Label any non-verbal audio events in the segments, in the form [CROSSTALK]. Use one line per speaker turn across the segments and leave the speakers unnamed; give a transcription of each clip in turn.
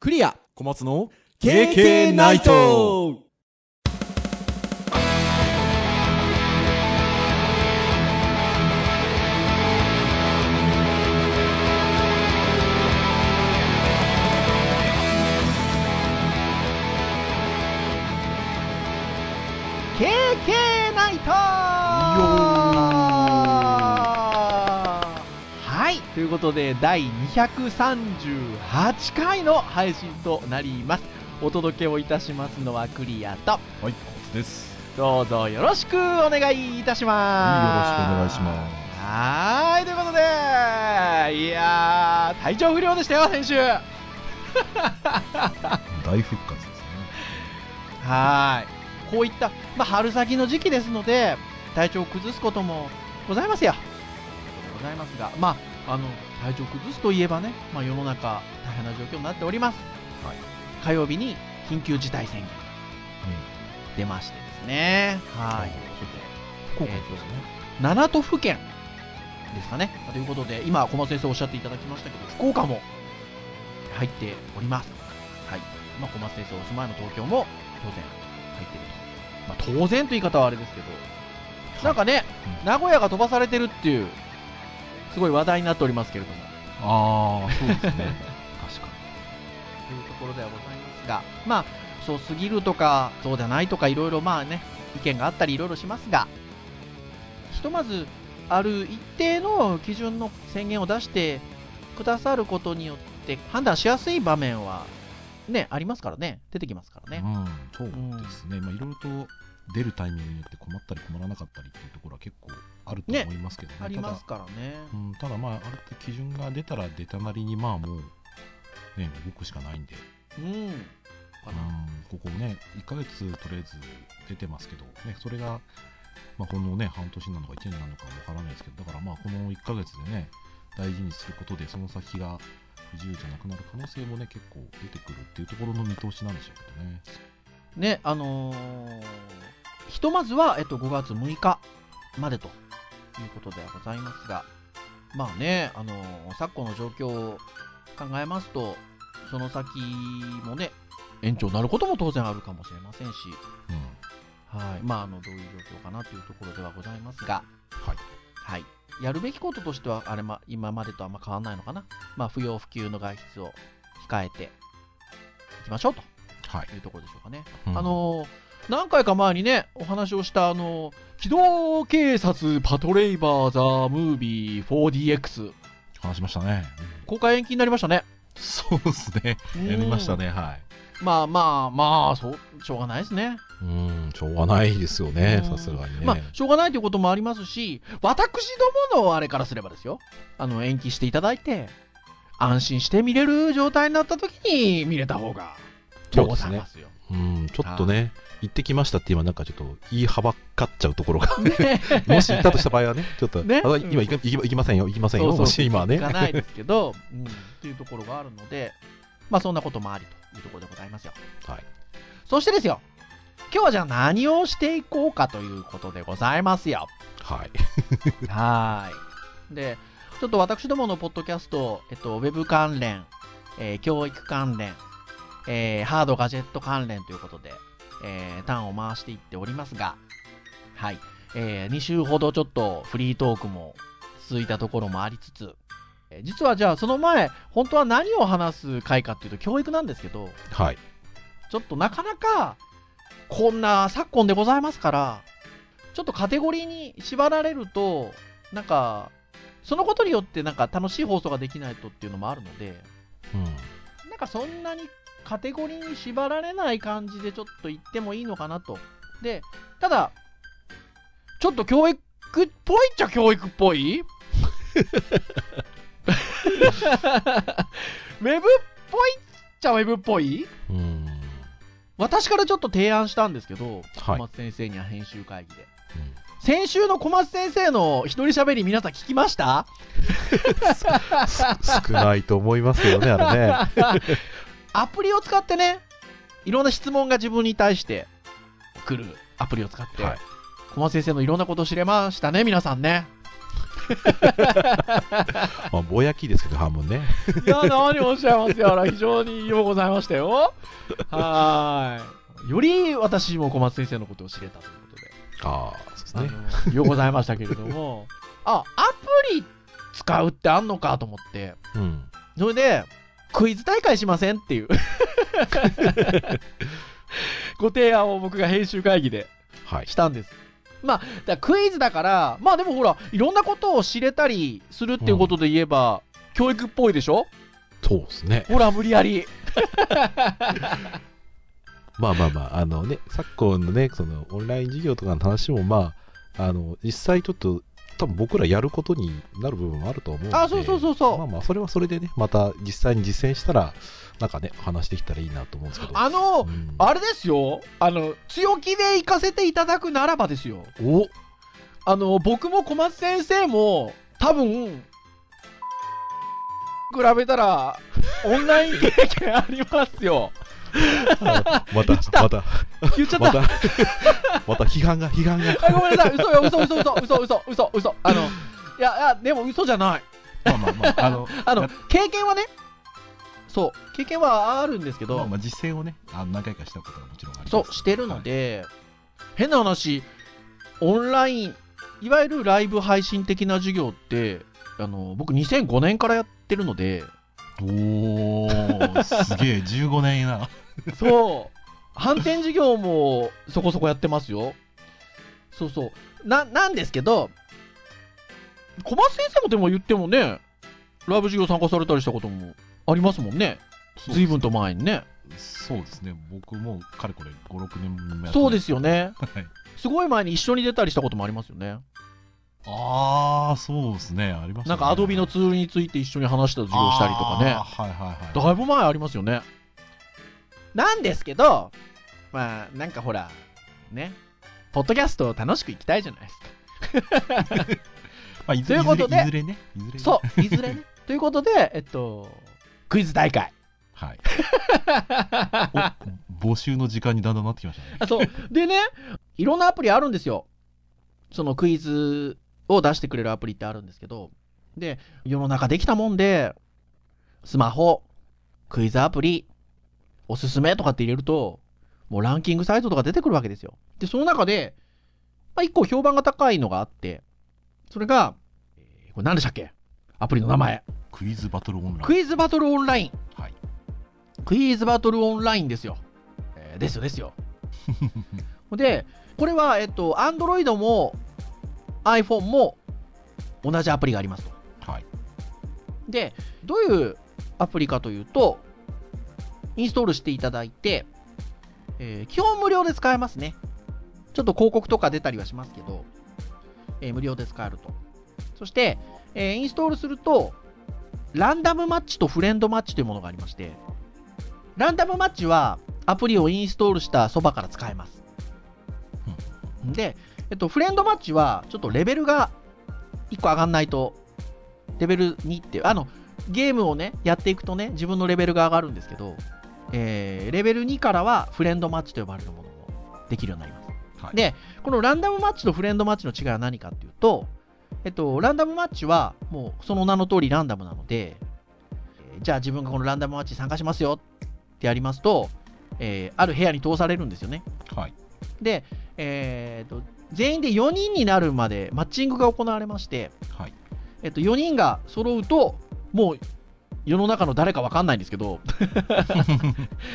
クリア
小松の
KK ナイト
はい、ということで、第238回の配信となります。お届けをいたしますのはクリアと、
はい、小松です。
どうぞよろしくお願いいたし
はいよろ
ま
し
す。。
くお願いします
はーい、ということで、いやー、体調不良でしたよ、先週。は
大復活ですね。
ーい。こういった、まあ、春先の時期ですので、体調を崩すこともございますよ。ございますが、まあ、あの、体調を崩すといえばね、まあ、世の中、大変な状況になっております。
はい。
火曜日に緊急事態宣言が出ましてですね。はい。ということで、えーと7都府県ですかね。ということで、今、小松先生おっしゃっていただきましたけど、福岡も入っております。はい。まあ、小松先生お住まいの東京も当然入ってると。まあ、当然という言い方はあれですけど、なんかね、
う
名古屋が飛ばされてるっていう、すごい話題になっておりますけれども、
ああ、そうですね。確か
というところではございますが、まあ、そうすぎるとか、そうじゃないとか、いろいろまあね、意見があったりいろいろしますが、ひとまず、ある一定の基準の宣言を出してくださることによって、判断しやすい場面は、ね、ありますからね、出てきますから
に。
ね。
[LAUGHS] うん、そうですね。まあ、いろいろと出るタイミングによって困ったり困らなかったりっていうところは結構あると
ね
思いますけどね。
ありますからね。
ただ、うん、ただまあ、ある程度基準が出たら出たなりに、まあもう、ね、動くしかないんで、
うん。か
う、
なん
ここね、1ヶ月とりあえず出てますけど、ね、それが、まあ、このね、半年なのか1年なのかわからないですけど、だからまあ、この1ヶ月でね、大事にすることで、その先が不自由じゃなくなる可能性もね、結構出てくるっていうところの見通しなんでしょうけどね。
ね、あのーひとまずは、えっと、5月6日までということでございますが、まあね、あのー昨今の状況を考えますと、その先もね、延長になることも当然あるかもしれませんし、
うん。
はい、まあ、あの、どういう状況かなというところではございますが、
はい。
はい。やるべきこととしては、あれ、ま、今までとあんま変わらないのかな。まあ、不要不急の外出を控えていきましょうと
はい。
いうところでしょうかね。
うん
あ、のー何回か前にね、お話をした、あのー機動警察パトレイバーザームービー 4DX、
話しましたね。
公開延期になりましたね。
そうですね。 [LAUGHS] やりましたね、はい。
うん。まあまあまあ、そう、しょうがないですね。
うん、しょうがないですよね
うん
に
まあ、しょうがないということもありますし、私どものあれからすればですよ、あの、延期していただいて、安心して見れる状態になった時に見れた方が、
そうです
ござ
ね
いますよ。
うん、ちょっとね、行ってきましたって今なんかちょっと言いはばかっちゃうところが、
ね
もし行ったとした場合はね、ちょっと、
ね
あ今行き行きませんよ、行きませんよ、
そうそう
もし今はね。
がないですけど、うん、っていうところがあるので、まあそんなこともありというところでございますよ。
はい。
そしてですよ、今日はじゃあ何をしていこうかということでございますよ。
はい。
はーい。で、ちょっと私どものポッドキャスト、えっと、ウェブ関連、えー教育関連、えーハードガジェット関連ということで、えーターンを回していっておりますが、はい。え2週ほどちょっとフリートークも続いたところもありつつ、えー実はじゃあその前、本当は何を話す回かっていうと教育なんですけど、
はい。
ちょっとなかなか、こんな昨今でございますから、ちょっとカテゴリーに縛られると、なんか、そのことによってなんか楽しい放送ができないとっていうのもあるので、
うん。
なんかそんなにカテゴリーに縛られない感じでちょっと言ってもいいのかなと。で、ただ、ちょっと教育っぽいっちゃ教育っぽい [LAUGHS] ウェブっぽいっちゃウェブっぽい
うん。
私からちょっと提案したんですけど、
はい
小松先生には編集会議で。先週の小松先生の一人喋り皆さん聞きました
す少ないと思いますけどね、あ
[LAUGHS]
れね。
アプリを使ってね、いろんな質問が自分に対して来るアプリを使って、
はい
小松先生のいろんなこと知れましたね、皆さんね。
まあ、ぼやきですけど、半分ね。
いや、何をおっしゃいますやら、非常にようございましたよ。はーい。より私も小松先生のことを知れたということで。
ああ、そうですね。
あのようございましたけれど [LAUGHS] も、あ、アプリ使うってあんのかと思って、
うん。
それで、クイズ大会しませんっていう。 [LAUGHS] ご提案を僕が編集会議で
はい
し。たんです。まあ、だからクイズだから、まあでもほら、いろんなことを知れたりするっていうことで言えば、教育っぽいでしょ
そうですね。
ほら、無理やり。
まあまあまあ、あのね、昨今のね、そのオンライン授業とかの話も、まあ、あの、実際ちょっと、多分僕らやることになる部分もあると思うんで。
あ、そうそうそう
まあ
そう。
まあ、それはそれでね、また実際に実践したら、なんかね、話できたらいいなと思うんですけど。
あの
う、ん
あれですよ。あの、強気で行かせていただくならばですよ。
お
あの、僕も小松先生も、多分、比べたら、オンライン経験ありますよ。
また、また、
言っちゃっ
ま
た。
た、 [LAUGHS] また批判が、批判
[LAUGHS]
が。
あごめんなさい、嘘よ、嘘、嘘、嘘、嘘、嘘、嘘、嘘、あの、いや、いや、でも嘘じゃない。
まあまあまあ、あの、
あ
や
の、経験はね、そう、経験はあるんですけど、
まあまあ実践をね、あの何回かしたことはもちろんあります。
そう、してるので、変な話、オンライン、いわゆるライブ配信的な授業って、あの、僕2005年からやってるので、
おー、すげえ、15年やな。
そう。反転授業もそこそこやってますよ。そうそう。な、なんですけど、小松先生もでも言ってもね、ライブ授業参加されたりしたこともありますもんね。 [LAUGHS] 随分と前にね。
そうですね、僕もかれこれ5、6年もやって。
そうですすよね。
はい
すごい前に一緒に出たりしたこともありますよね。
あー、そうですね、ありました、ね。
なんかアドビのツールについて一緒に話した授業したりとかね
あ。ーはいはいはい。
だいぶ前ありますよね。なんですけど、まあ、なんかほら、ね、ポッドキャストを楽しくいきたいじゃないですか。
まあ、いず
ということで
いずれいずれね、いずれね
そう、いずれね。ということで、えっと、クイズ大会。
はい。お [LAUGHS] 募集の時間にだんだんなってきましたね。
あそう。でね、いろんなアプリあるんですよ。そのクイズを出してくれるアプリってあるんですけど、で、世の中できたもんで、スマホ、クイズアプリ、おすすめとかって入れると、もうランキングサイトとか出てくるわけですよ。で、その中で、まあ、一個評判が高いのがあって、それが、えーこれ何でしたっけアプリの名前。
クイズバトルオンライン。
クイズバトルオンライン。
はい
クイズバトルオンラインですよ。えーですよ、ですよ。 [LAUGHS] で、これは、えっと、Android も iPhone も同じアプリがありますと。
はい。
で、どういうアプリかというと、インストールしていただいて、えー基本無料で使えますね。ちょっと広告とか出たりはしますけど、えー無料で使えると。そして、えーインストールすると、ランダムマッチとフレンドマッチというものがありまして、ランダムマッチはアプリをインストールしたそばから使えます。で、えっと、フレンドマッチはちょっとレベルが1個上がんないと、レベル2っていう、あの、ゲームをね、やっていくとね、自分のレベルが上がるんですけど、えーレベル2からはフレンドマッチと呼ばれるものもできるようになります。
はい
で、このランダムマッチとフレンドマッチの違いは何かっていうと、えっと、ランダムマッチはもうその名の通りランダムなので、えーじゃあ自分がこのランダムマッチに参加しますよってやりますと、えーある部屋に通されるんですよね。
はい。
で、えーと全員で4人になるまでマッチングが行われまして、
はい。
えっと、4人が揃うと、もう世の中の誰かわかんないんですけ
[LAUGHS]
ど、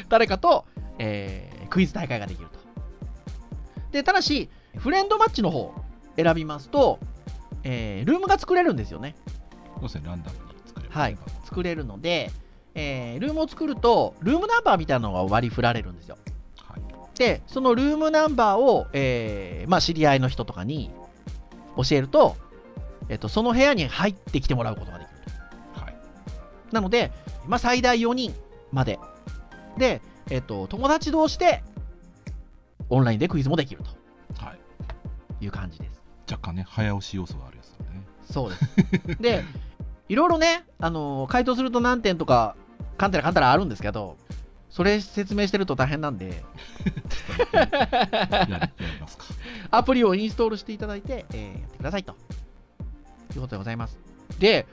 誰かと、えークイズ大会ができると。で、ただし、フレンドマッチの方選びますと、えールームが作れるんですよね。
そうですね、ランダムに作れば、
はい。作れるので、えールームを作ると、ルームナンバーみたいなのが割り振られるんですよ。
はい。
で、そのルームナンバーを、えーまあ、知り合いの人とかに教えると、えっと、その部屋に入ってきてもらうことができる
はい。
と。なので、まあ、最大4人まで。で、えっと、友達同士で、オンラインでクイズもできる
はい。
という感じです。
若干ね、早押し要素があるやつだね。
そうです。 [LAUGHS] で、いろいろね、あのー回答すると何点とか、かんたらかんたらあるんですけど、それ説明してると大変なんで、
やりやりますか。 [LAUGHS]
アプリをインストールしていただいて、えーやってくださいと。いうことでございます。で、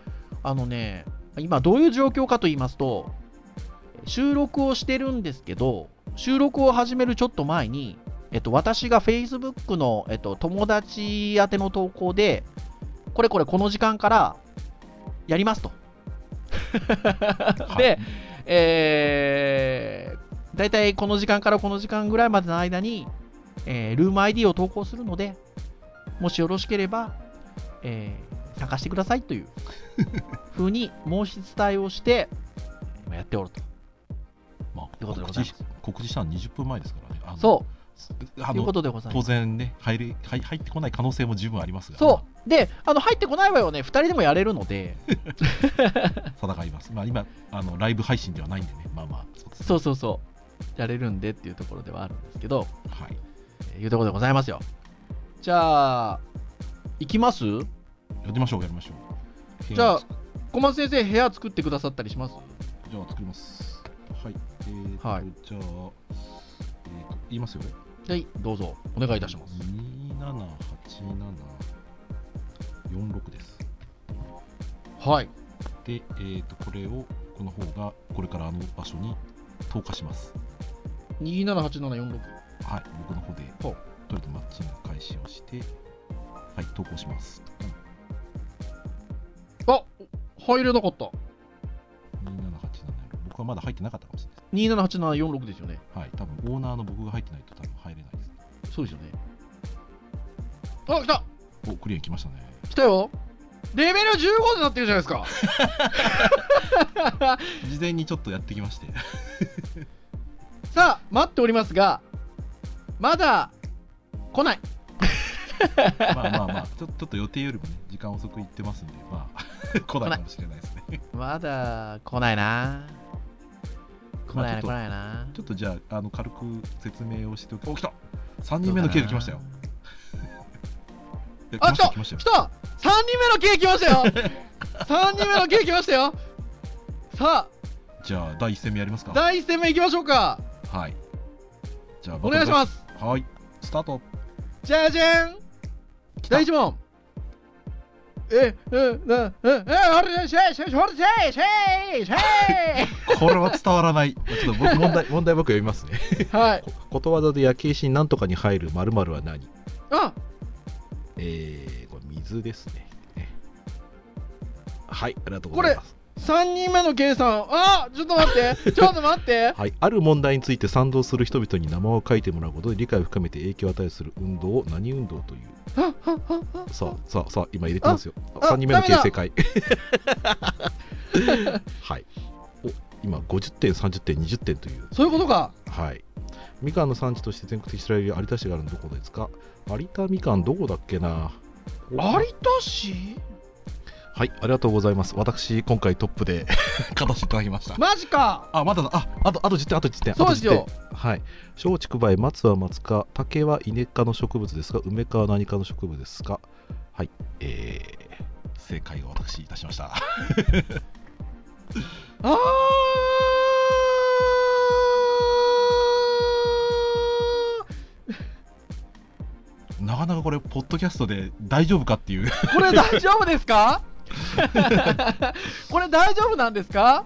あのね、今どういう状況かと言いますと、収録をしてるんですけど、収録を始めるちょっと前に、えっと、私が Facebook の、えっと、友達宛ての投稿で、これこれこの時間からやりますと。で、えー、だいたいこの時間からこの時間ぐらいまでの間に、えールーム ID を投稿するので、もしよろしければ、えー参加してくださいというふうに申し伝えをして、今やっておると。
まあ、
ということでご
告
ざい
知
ま
し
す
告知したの20分前ですからね。あの
そ
あ
う、という
の
ことでござい
当
ます。
然ね入れ入、入ってこない可能性も十分ありますが、
そう。で、あの、入ってこないわよね、2人でもやれるので、 [LAUGHS]
戦います。まあ、今あの、ライブ配信ではないんでね、まあまあ、そうです
そうそうそう、やれるんでっていうところではあるんですけど、
はい、
えーいうところでございますよ。じゃあ、行きます
やりましょう、やりましょう。
じゃあ小松先生、部屋作ってくださったりします
じゃあ作ります。はい。えーと、
はい
じゃあ、えーと、言いますよ。
はい、どうぞ、お願いいたします。
278746です。
はい。
で、えーと、これを、この方が、これからあの場所に投下します。
278746。
はい。僕の方で、
ほう
とりあえずマッチング開始をして、はい、投稿します。
あ入れなかった。
27876。僕はまだ入ってなかったかもしれないで
278746ですよね。
す。はい。多分、オーナーの僕が入ってないと多分入れないです。
そうですよね。あ、来た
お、クリア来ましたね。
来たよレベル15になってるじゃないです [LAUGHS] か
事前にちょっとやってきまして。
さあ、待っておりますが、まだ来ない。
まあまあまあちょ、ちょっと予定よりもね、時間遅く行ってますんで、まあ、 [LAUGHS] 来ないかもしれないですね。
まだ来ないな。来ないな、来
まあちょっ
ないな。
とちょっとじゃあ、あの軽く説明をしておきお、来た !3 人目のケール来ましたよ。え
あ、来た
来ましたよ
来た !3 人目の K 来ましたよ [LAUGHS] !3 人目の K 来ましたよさ
じゃあ、第1戦目やります
あ、
か。
第1戦目いきましょうか
はい。じゃあ、。
お願いしますす
はい。スタート。
じゃじゃん
た
第1問え、え、え、え、え、あれ、シェイシェイシェイシェイシェイシェ
これは伝わら [LAUGHS] ない。ちょっと僕問題、問題僕読みますね。
イはい。
ことわざで焼け石になんとかに入る〇〇は何
あ、
えー、これ水ですね。はい、ありがとう。
ございます3人目の K さん。あ、ちょっと待 [LAUGHS] って。ちょっと待って。
はい、ある問題について賛同する人々に名前を書いてもらうことで理解を深めて影響を与えるする運動を何運動という
あ、あ、あ、あ
さあさあさあ今入れてますよ
あ
3人目の
ダメだ
形成会 [LAUGHS] はいお今50点30点20点という
そういうことか。
はいみかんの産地として全国的に知られる有田市があるのどこですか有田みかんどこだっけな
有
あ
田市
はいありがとうございます私今回トップで [LAUGHS] 勝たせていただきました
マジか
あ、まだだ。あ、あと、あと10点、あと10点。
そうですよ
あと10点。はい。松竹梅、松は松か、竹は稲科の植物ですが、梅科は何科の植物ですか。はい。えー、正解を私いたしました。 [LAUGHS]
あ
なかなかこれ、ポッドキャストで大丈夫かっていう。
ーこれ大丈夫ですか [LAUGHS] これ大丈夫なんですか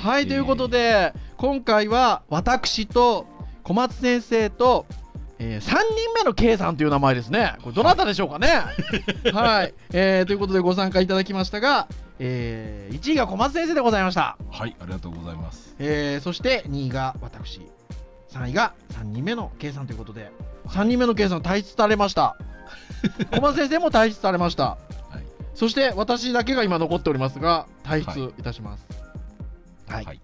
[LAUGHS] はい、ということ、で、今回は私と小松先生と、え3人目の K さんという名前ですね。これどなたでしょうかね。はい、えーということでご参加いただきましたが、え1位が小松先生でございました。
えーはい、ありがとうございます。
えーそして2位が私、3位が3人目の K さんということで、3人目の K さん退出されま
[LAUGHS]
した。小松先生も退出されました。
はい。
そして私だけが今残っておりますが、退
は
出いたします。はい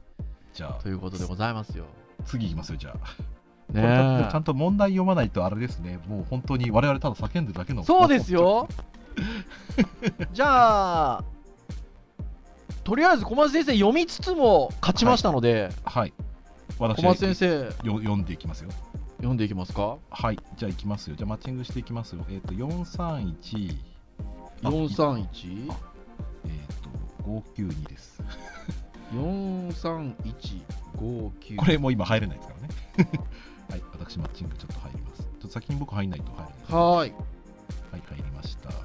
じゃあ
と、いうことでございますよ。
次いきますよ、じゃあ。
ね
これだって
え
ちゃんと問題読まないとあれですね。もう本当に我々ただ叫んでるだけの。
そうです。
[LAUGHS]
よ。じゃあ、とりあえず小松先生読みつつも勝ちましたので、
はい。私
小松先生
よ読んでいきますよ。
読んでいきますか。
はい、じゃあ行きますよ。じゃあマッチングしていきますよ。えっ、と、431。あ
四
い
三一
あえっ、と、592です。
四三一五九。
これもう今入れないですからね。 [LAUGHS] はい、私マッチングちょっと入ります。ちょっと先に僕入んないと入れない。
はーい
はい、入りました。
入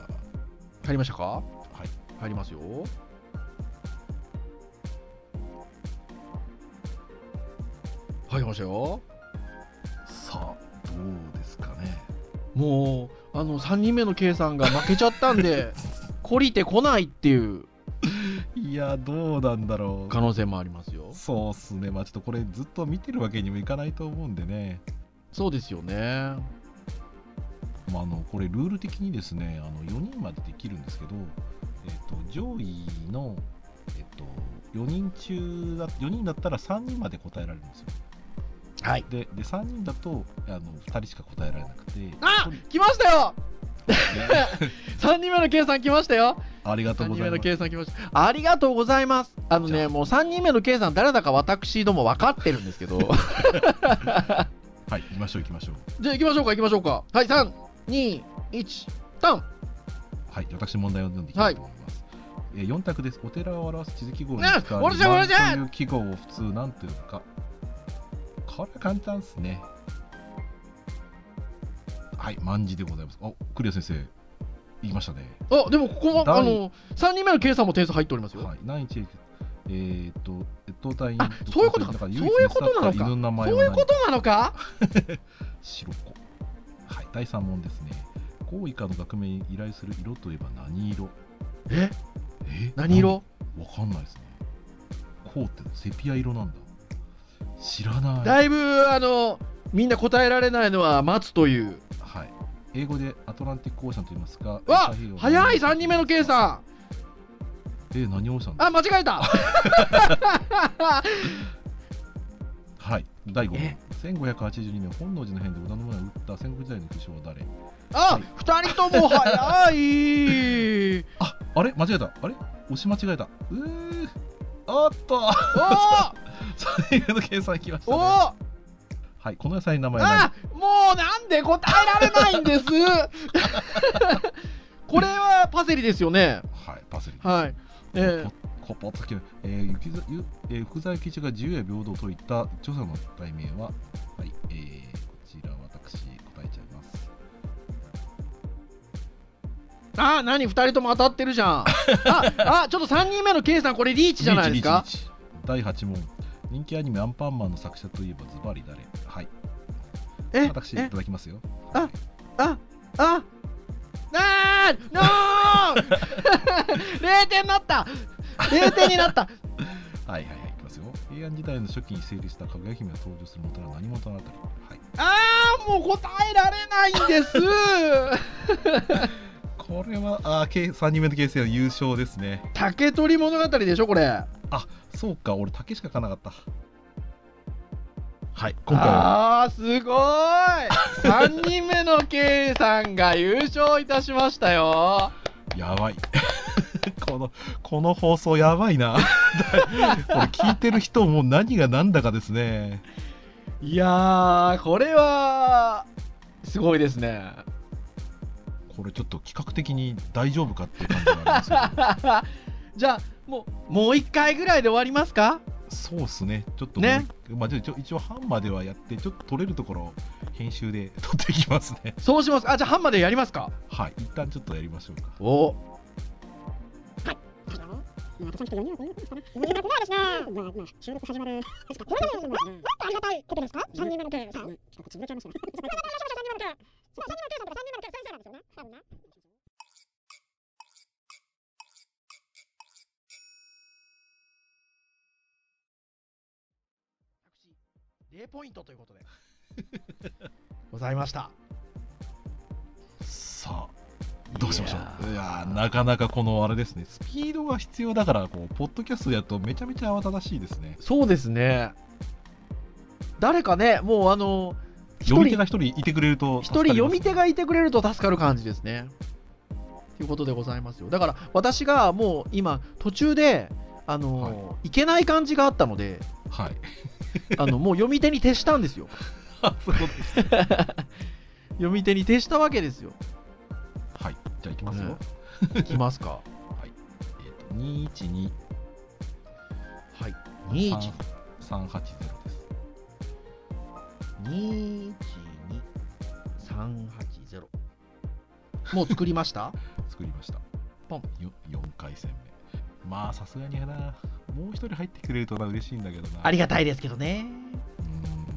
りましたか。入りますよ。入りましたよ。
さあ、どうですかね。
もう、あの、3人目の K さんが負けちゃったん
[LAUGHS]
で、懲りてこないっていう
いや、どうなんだろ
可能性もありますよ
う。。そうっすね。まあちょっとこれずっと見てるわけにもいかないと思うんでね。
そうですよね。
まあ、あのこれルール的にですねあの4人までできるんですけど、えっと上位の、えっと4人中だ4人だったら3人まで答えられるんですよ
はい。
でで3人だとあの2人しか答えられな
[LAUGHS]
くて
あ
一人
来ましたよ
ね
!3 人目の K さん来ましたよ
ありがとう
!3
ご
人
ざ
目
いま
の
す
K さん来ました。ありがとうございますあの
じゃ
ね、
あ
もう3人目の K さん誰だか私ども分かってるんですけど。
はい行きましょう行きましょう
じゃあ行きましょうか行きましょうか。はい、3、2、1、タン
はい私問題を読んでいきたいと思います、えー4択ですお寺を表す地図記号に
ね
使わ
俺
れ
じ
る
ゃん
何
俺
と
じゃん
いう記号を普通なんというかこれは簡単ですねはい万字でございますあクリア先生言いましたね
あ、でもここは、
第
あの、3人目の K さんも点数入っておりますよ。
はい何日えー、っと越冬隊員
あそういうことか
だら
そういうことなのか
唯一見つった犬の名前
そ
は
ういう
何
ことなのか
白子はい第3問ですね高以下の学名に依頼する色といえば何色
え
え
何色
わかんないですね。こうってセピア色なんだ。知らない。
だいぶ、あの、みんな答えられないのは待つという。
はい。英語でアトランティックオーシャンと言いますが、
わ
太平洋の
早い !3 人目の K さん
えー、何オーシャンだ
あ、間違えた
はい。第5
え
問。1582年、本能寺の変で織田信長が打った戦国時代の武将は誰
あ、二人とも早い。
あ、あれ間違えた。あれ押し間違えた。うー。あっと [LAUGHS] 最後の計算きまし
おーお
た、ね。
ー
はい。この野菜の名前は何
あ、もうなんで答えられないんです。 [LAUGHS] これはパセリですよね。
はい。パセリ。
はい。えー
コポッときめえーゆきざゆえー福沢諭吉が自由や平等といった著者の題名は、はいえーこちら私答えちゃいます。
あ、何二人とも当たってるじゃん。あ、あ、ちょっと三人目の K さんこれリーチじゃないですか
リ。ーチリーチリーチ第8問人気アニメ「アンパンマン」の作者といえばズバリ誰はい
え、
私い
え
た、だきますよ。
あ
はい
あ、あ、あー、ノー [LAUGHS] 零点になった。零点になった。
はいはいはいいきますよ。平安時代の初期に成立したかぐや姫が登場する元は何元のあたりはい
あー、もう答えられないんです。
これはあー3人目の形成の優勝ですね。
竹取物語でしょこれ
そうか俺竹しか書かなかった。はい今回は
あーすごい3人目の K さんが優勝いたしましたよ
やばい [LAUGHS] このこの放送やばいな [LAUGHS] これ聞いてる人も何が何だかですね
いやーこれはすごいですね
これちょっと企画的に大丈夫かっていう感じがあります
[LAUGHS]
け
じゃあもうもう1回ぐらいで終わりますか
どそうっすねちょっともう
ね
まあ、じゃあ一応一応半まではやってちょっと取れるところを編集で取っていきますね
そうしますあじゃあ半までやりますか
はい一旦ちょっとやりましょうか
お
まあ、私もちょっと読みようかな。難しいですね。まあ、まあ、収録始まる。ですかこれでも、もっとありがたいことですか ?3 人目の計さん。ちょっと潰れちゃいましたね。3人目の計さんとか3人目の計先生なんですよね。多分ね。
0ポイントということで [LAUGHS] ございました
さあどうしましょういや
いやー
ーなかなかこのあれですねスピードが必要だからこうポッドキャストやるとめちゃめちゃ慌ただしいですね
そうですね誰かねもうあの一
読み手
人
が一人いてくれると
一
助
人
かりま
読
すね
み手がいてくれると助かる感じですね。ということでございますよ。だから私がもう今途中で、あのーい、けない感じがあったので、
はい
あのもう読み手に徹したんですよ。
あそういうことですね
読み手に徹したわけですよ。
はい、じゃあいきますよ。
ねいきますか。
えっ、と二一二
はい。2、1、
三八ゼロです。
2、1、2、3、8、0。もう作りました [LAUGHS]
作りました。
ポン
よ四回1戦目まあさすがにやなもう一人入ってくれるとな嬉しいんだけどな
ありがたいですけどね。
うんや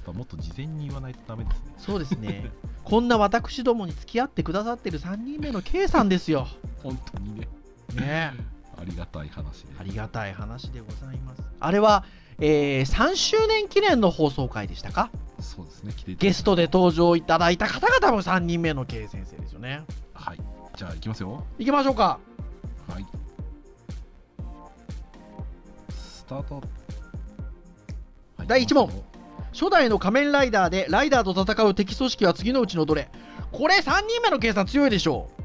っぱもっと事前に言わないとダメですね
そうですね。こんな私どもに付き合ってくださってる3人目の K さんですよ。
本当にね
ね
ありがたい話で
ありがたい話でございます。あれは、えー3周年記念の放送回でしたか
そうですね来ていただ
ゲ
いて
ストで登場いただいた方々も3人目の K 先生ですよね。
はいじゃあ行きますよ
行きましょうか。
はいスタート、はい
第一問初代の仮面ライダーでライダーと戦う敵組織は次のうちのどれこれ3人目の K さん強いでしょう。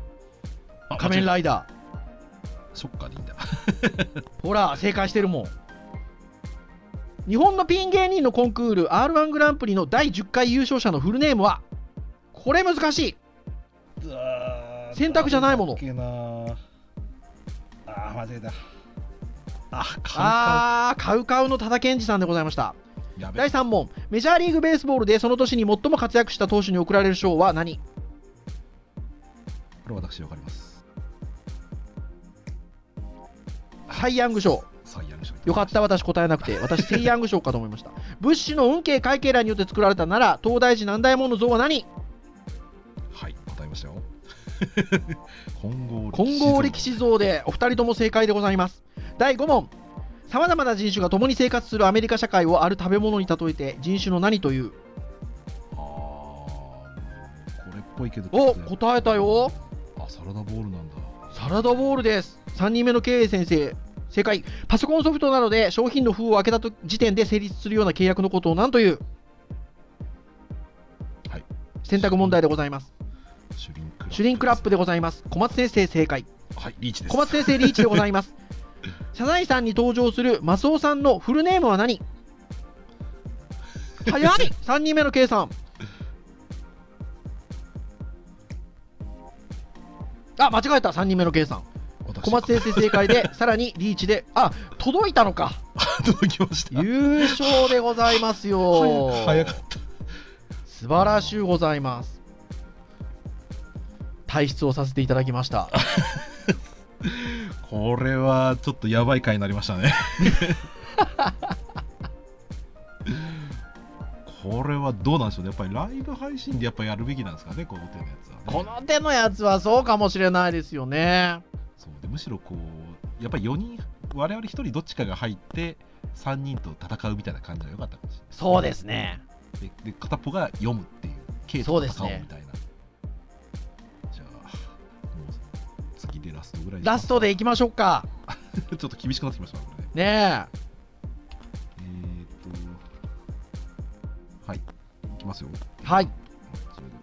あ
仮面
間違
ライダ
えたショッカーでいいんだ
ー。ほら、正解してるもん。日本のピン芸人のコンクール R1 グランプリの第10回優勝者のフルネームはこれ難しい。選択じゃないもの
ああー間違えたあカ
あー、カウカウの多田健二さんでございました。
ウやべ
第3問、メジャーリーグベースボールでその年に最も活躍した投手に贈られる賞は何
これ私わかります
サイ・ヤング賞。
サイヤング賞
よかった、私答えなくて。私、セイ・ヤング賞かと思いました。ブッシュの運慶会計らによって作られたなら、東大寺南大門の像は何
はい答え
[LAUGHS]
ましたよ混合
混合力士像で、お二人とも正解でございます。第5問、さまざまな人種が共に生活するアメリカ社会をある食べ物に例えて、人種の何という
あーこれっぽいけど
お
ちょっとや
答えたよ
あサラダボールなんだ
サラダボールです。3人目の経営先生、正解。パソコンソフトなどで商品の封を開けたと時点で成立するような契約のことを何という
はい
選択問題でございます。
シュリンクラップ
シュリンクラップでございます。小松先生、正解。
はいリーチです
小松先生、リーチでござい [LAUGHS] ます。謝罪さんに登場するマスオさんのフルネームは何早い !3 人目の K さん。あ、間違えた、3人目の K さん。
私
小松先生正解で、さらにリーチで、あ、届いたのか。
届きました
優勝でございますよ。
早かった
素晴らしゅうございます。退出をさせていただきました。
これはちょっとやばい回になりました
[LAUGHS]
ねこれはどうなんでしょうねやっぱりライブ配信でやっぱやるべきなんですかねこの手のやつはね
この手のやつはそうかもしれないですよね。
そうでむしろこうやっぱり4人我々1人どっちかが入って3人と戦うみたいな感じが良かったかもしれない
そうですね。
でで片っぽが読むっていうケース
そう
を
です
戦おう
ね
みたいな、じゃあもう次でラストぐらいにしま
ラ
す
ストでいきましょうか。
[LAUGHS] ちょっと厳しくなってきましたこれね
ねえ。
えー、っとはいいきますよ
はい。
それで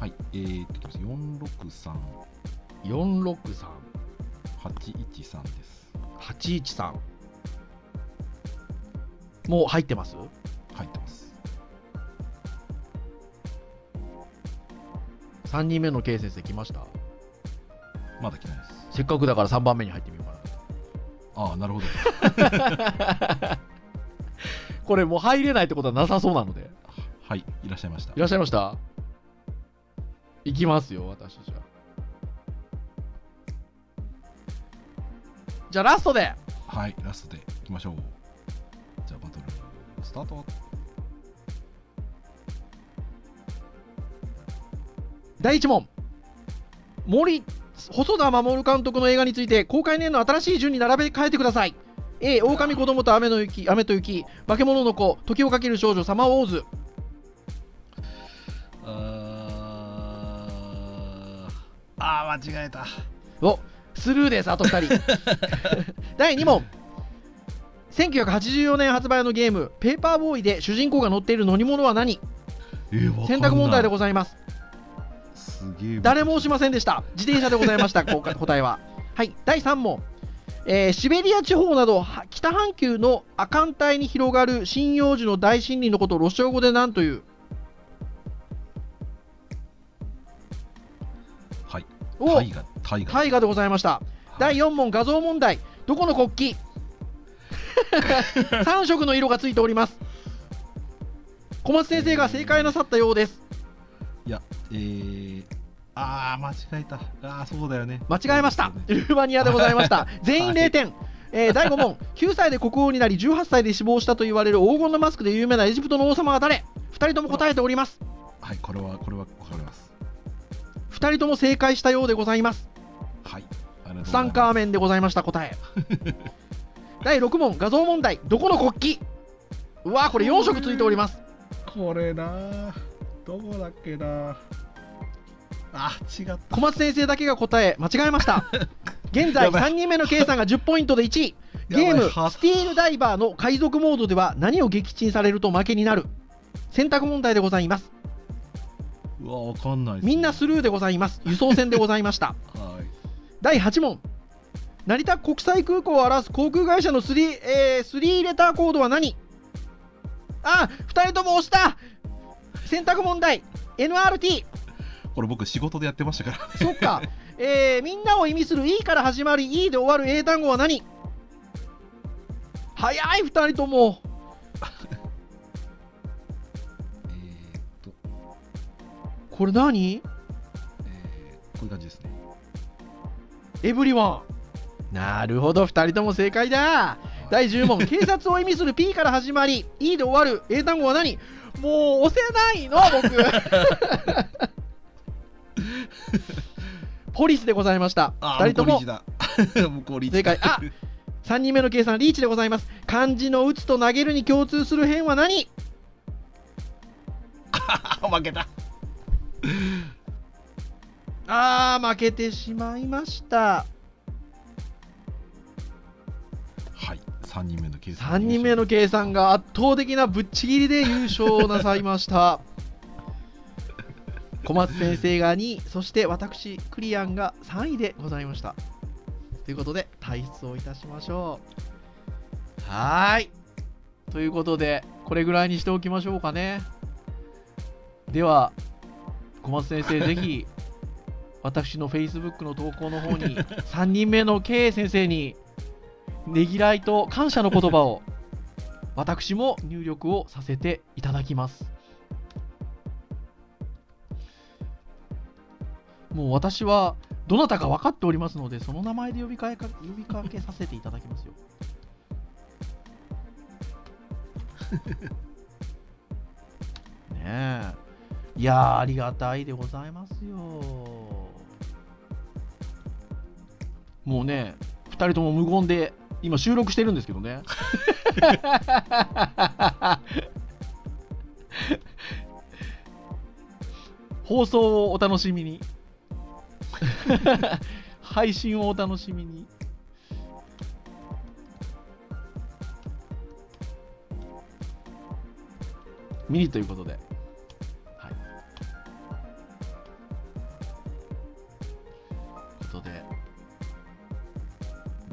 はいえー、っといきます
463、
463813です
813。もう入ってます
入ってます
3人目の K 先生来ました
まだ来ないです
せっかくだから3番目に入ってみようかな
ああなるほど
これもう入れないってことはなさそうなので
はいいらっしゃいました
いらっしゃいました行きますよ私じゃあじゃあラストで
はい、ラストでいきましょう。じゃあ、バトル、スタート。
第1問森細田守監督の映画について公開年の新しい順に並べ替えてください A 狼子供と雨の雪雨と雪化け物の子時をかける少女サマーウォーズ
あーあー、間違えた。
おスルーですあと2人第2問1984年発売のゲーム「ペーパーボーイ」で主人公が乗っている乗り物は何
えー、わかんない
選択問題でございます
すげえ。
誰も押しませんでした自転車でございました
[LAUGHS]
こうか答えははい第3問、えーシベリア地方などは北半球の亜寒帯に広がる針葉樹の大森林のことをロシア語で何という
はい。
お、
タイガ、タイガ。
大河でございました第4問画像問題どこの国旗
[LAUGHS]
3色の色がついております小松先生が正解なさったようです
えー、ああ、間違えた。ああ、そうだよね。
間違えました。ルーマニアでございま
[LAUGHS]
した。全員0点。えー第5問。9歳で国王になり、18歳で死亡したと言われる黄金のマスクで有名なエジプトの王様は誰 ?2 人とも答えております。
はい、これは、これはわかります。
2人とも正解したようでございます。
はい。ありがとうございます
ツタンカーメンでございました、答
[LAUGHS]
え。第6問。画像問題。どこの国旗うわーこれ4色ついております。
これなあどこだっけなああ違った
小松先生だけが答え、間違えま
[LAUGHS]
した。現在、
やばい
3人目の K さんが10ポイントで1位。
やばい
ゲーム「
は
スティールダイバー」の海賊モードでは何を撃沈されると負けになる選択問題でございます
うわわかんないっすね
みんなスルーでございます輸送船でございました [LAUGHS]
はい
第8問成田国際空港を表す航空会社の 3,、えー、3レターコードは何あ2人とも押した選択問題 NRT
これ僕仕事でやってましたから
そっか、 [LAUGHS] えー、みんなを意味する E から始まり E で終わる英単語は何早い2人とも
えー、っと
これ何
えー、こういう感じですね
エブリワンなるほど2人とも正解だ第10問警察を意味する P から始まり E で終わる英単語は何もう押せないの僕ポリスでございました
あ
2人とも
[LAUGHS] 向こうリーチ
正
だ向こうリーチ
解あ3人目の計算リーチでございます漢字の打つと投げるに共通する辺は何
[LAUGHS] あ負けた
あー負けてしまいました
はい3人目の計算
3人目の計算が圧倒的なぶっちぎりで優勝をなさいました
[LAUGHS]
小松先生が2位そして私クリアンが3位でございましたということで退出をいたしましょうはーいということでこれぐらいにしておきましょうかねでは小松先生ぜひ私の Facebook の投稿の方に3人目の K 先生にねぎらいと感謝の言葉を私も入力をさせていただきますもう私はどなたか分かっておりますのでその名前で呼びかえか呼びかけさせていただきますよ [LAUGHS] ねえいやーありがたいでございますよもうね2人とも無言で今収録してるんですけどね放送をお楽しみに配信をお楽しみにミニということで、はい、ということで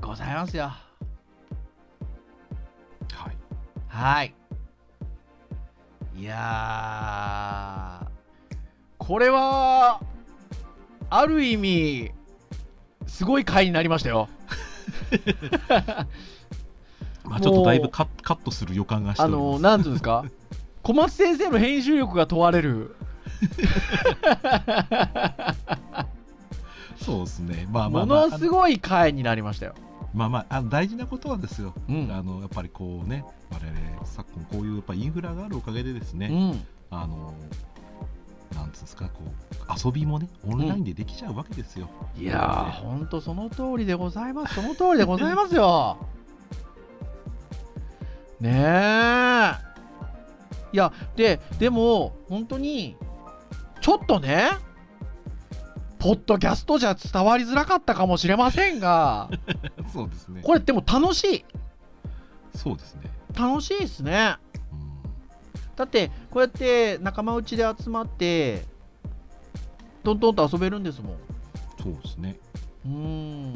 ございますよ。
はい
はい。いやー、これは、ある意味、すごい回になりましたよ。
まあちょっとだい
も
ぶ
う
カッカットする予感がして
あ
おります
の、なんていうんです [LAUGHS] か、小松先生の編集力が問われる。
そうですねまあまあ
も
まあ
のすごい回になりましたよ。
まあまああの大事なことはですよ、
うん。
あのやっぱりこうね我々昨今こういうやっぱインフラがあるおかげでですね、
うん。
あのなんつうんですかこう遊びもねオンラインでできちゃうわけですよ、
いやー、ほんとその通りでございます。その通りでございます
[LAUGHS]
よ。ねえ。いや、で、でも、本当に、ちょっとね、ポッドキャストじゃ伝わりづらかったかもしれません
[LAUGHS]
が、
そうですね
これでも楽しい。
そうですね、
楽しいですね。
うん、
だって、こうやって仲間内で集まって、トントンと遊べるんですもん。
そうですね
うーん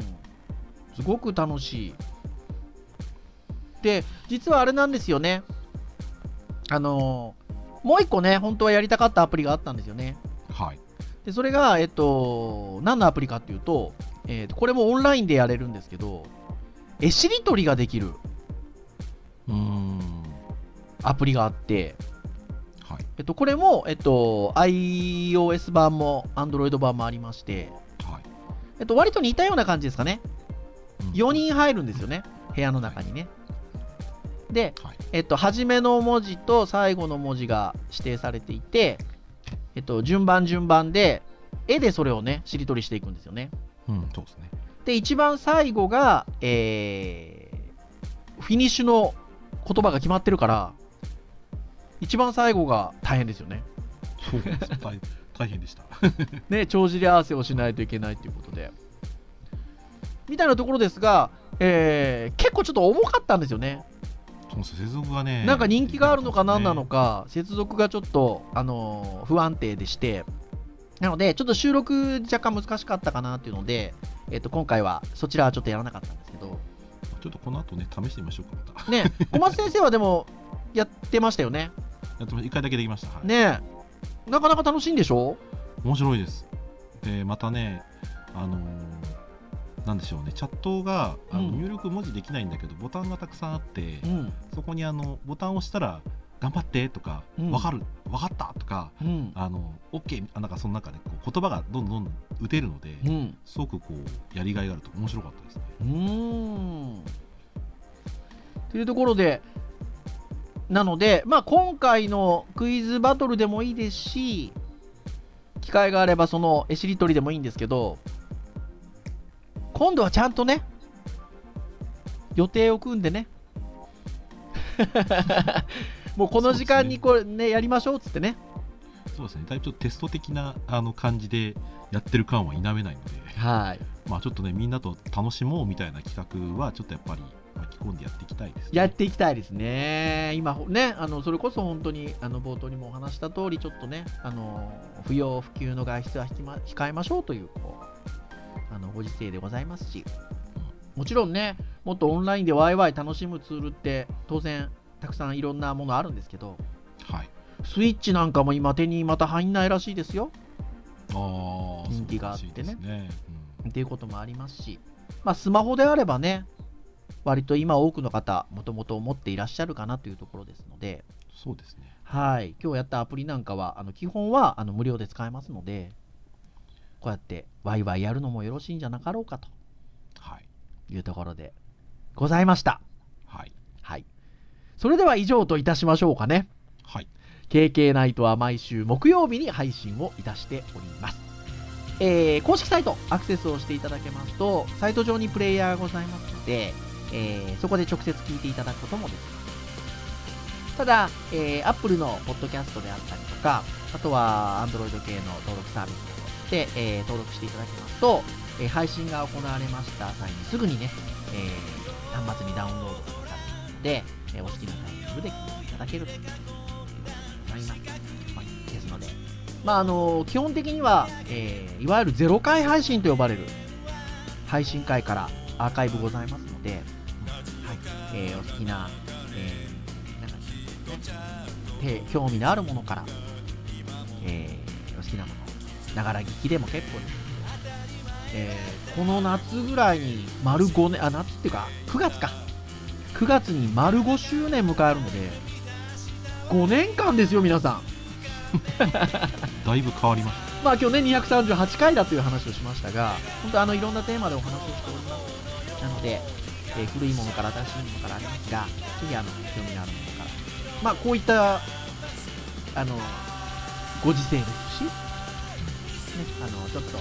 すごく楽しい。で、実はあれなんですよね。あのーもう一個ね、本当はやりたかったアプリがあったんですよね。
はい
で、それが、えっと、何のアプリかっていうと、えっと、これもオンラインでやれるんですけど、絵しりとりができる
うーん
アプリがあって、
はい
えっと、これも、えっと、iOS 版も Android 版もありまして、
はい
えっと、割と似たような感じですかね。
うん
4人入るんですよね、部屋の中にね。で、
はい
えっと、初めの文字と最後の文字が指定されていて、えっと、順番順番で、絵でそれをね、しりとりしていくんですよね。
うん、そうですね。
で、一番最後が、えー、フィニッシュの言葉が決まってるから、一番最後が大変ですよね。
そうです。大 [LAUGHS] 大変でした。
ね、帳尻合わせをしないといけないということで。みたいなところですが、えー結構ちょっと重かったんですよね。
そうです接続がね、
なんか人気があるのか何なの
か。
か、接続がちょっと、あのー不安定でして、なので、ちょっと収録若干難しかったかなっていうので、えっと、今回はそちらはちょっとやらなかったんですけど、
ちょっとこの後ね、試してみましょうか、また。
ね、小松先生はでも、やってましたよね。
やってま一回だけできました。はい、
ねえなかなか楽しいんでしょ
面白いです。で、またね、あのーなんでしょうねチャットがあの
うん
入力文字できないんだけど、ボタンがたくさんあって、
うん。
そこにあのボタンを押したら「頑張って」とか「
うん
わかる」わかった」とか
うん
「。あの OK」あなんかその中でこう言葉がどんどんどんどん打てるので、
うん。
すごくこうやりがいがあると面白かったですね。
うーん。というところで、なので、まあ、今回のクイズバトルでもいいですし、機会があればその絵しりとりでもいいんですけど、今度はちゃんとね、予定を組んで [LAUGHS] ね、もうこの時間にこれね、やりましょうっつってね、
そうですねだいぶちょっとテスト的なあの感じでやってる感は否めないので、 [LAUGHS]
はい。
まあ、ちょっとねみんなと楽しもうみたいな企画はちょっとやっぱり巻き込んでやっていきたいですね。
やっていきたいですね。今ほね、あのそれこそ本当にあの冒頭にもお話した通り、ちょっとね、あの不要不急の外出は引きま控えましょうというこうあのご時世でございますし、もちろんね、もっとオンラインでワイワイ楽しむツールって当然たくさんいろんなものあるんですけど、
はい、
スイッチなんかも今手にまた入んないらしいですよ。
あー
人気があってね
素晴らしいですねうん
っていうこともありますし、まあ、スマホであればね、割と今多くの方、もともと持っていらっしゃるかなというところですので。
そうですね。
はい、今日やったアプリなんかは、あの基本はあの無料で使えますので、こうやってワイワイやるのもよろしいんじゃなかろうかと
はい。
いうところでございました。
はい。
はい。それでは以上といたしましょうかね。
はい。
KK ナイトは毎週木曜日に配信をいたしております。えー公式サイトアクセスをしていただけますと、サイト上にプレイヤーがございますので、えーそこで直接聞いていただくこともできます。ただ、えー Apple のポッドキャストであったりとか、あとは Android 系の登録サービスなどで、えー登録していただけますと、えー配信が行われました際にすぐにね、えー端末にダウンロードされますので、えーお好きなタイミングで聞いていただけるとございます。ですので、まああの基本的には、えーいわゆるゼロ回配信と呼ばれる配信会からアーカイブございますので、はいえーお好きな,、えーなんかねて興味のあるものから、えーお好きなもの、ながら聞きでも結構です。えーこの夏ぐらいに丸5年、あ、夏っていうか、9月か。9月に丸5周年迎えるので、5年間ですよ、皆さん。
だいぶ変わりました。
まあ今日ね、238回だという話をしましたが、本当あのいろんなテーマでお話をしております。なので、えー古いものから新しいものからありますが、ぜひあの、興味のあるものから。まあこういった、あの、ご時世ですし、ね、あの、ちょっと、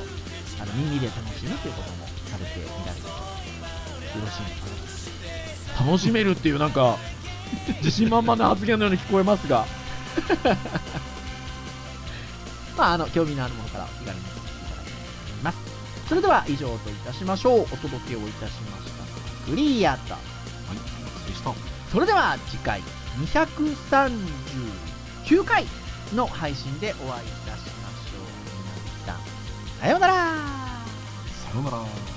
あの、耳で楽しむということもされてみられると、よろしいのかな楽しめるっていうなんか自信満々な発言のように聞こえますがまああの興味のあるものから気軽に聞いていただきたいと思いますそれでは以上といたしましょうお届けをいたしましたのはクリアと
はい。失礼した。
それでは次回239回の配信でお会いいたしましょう皆さんさようなら
さようなら。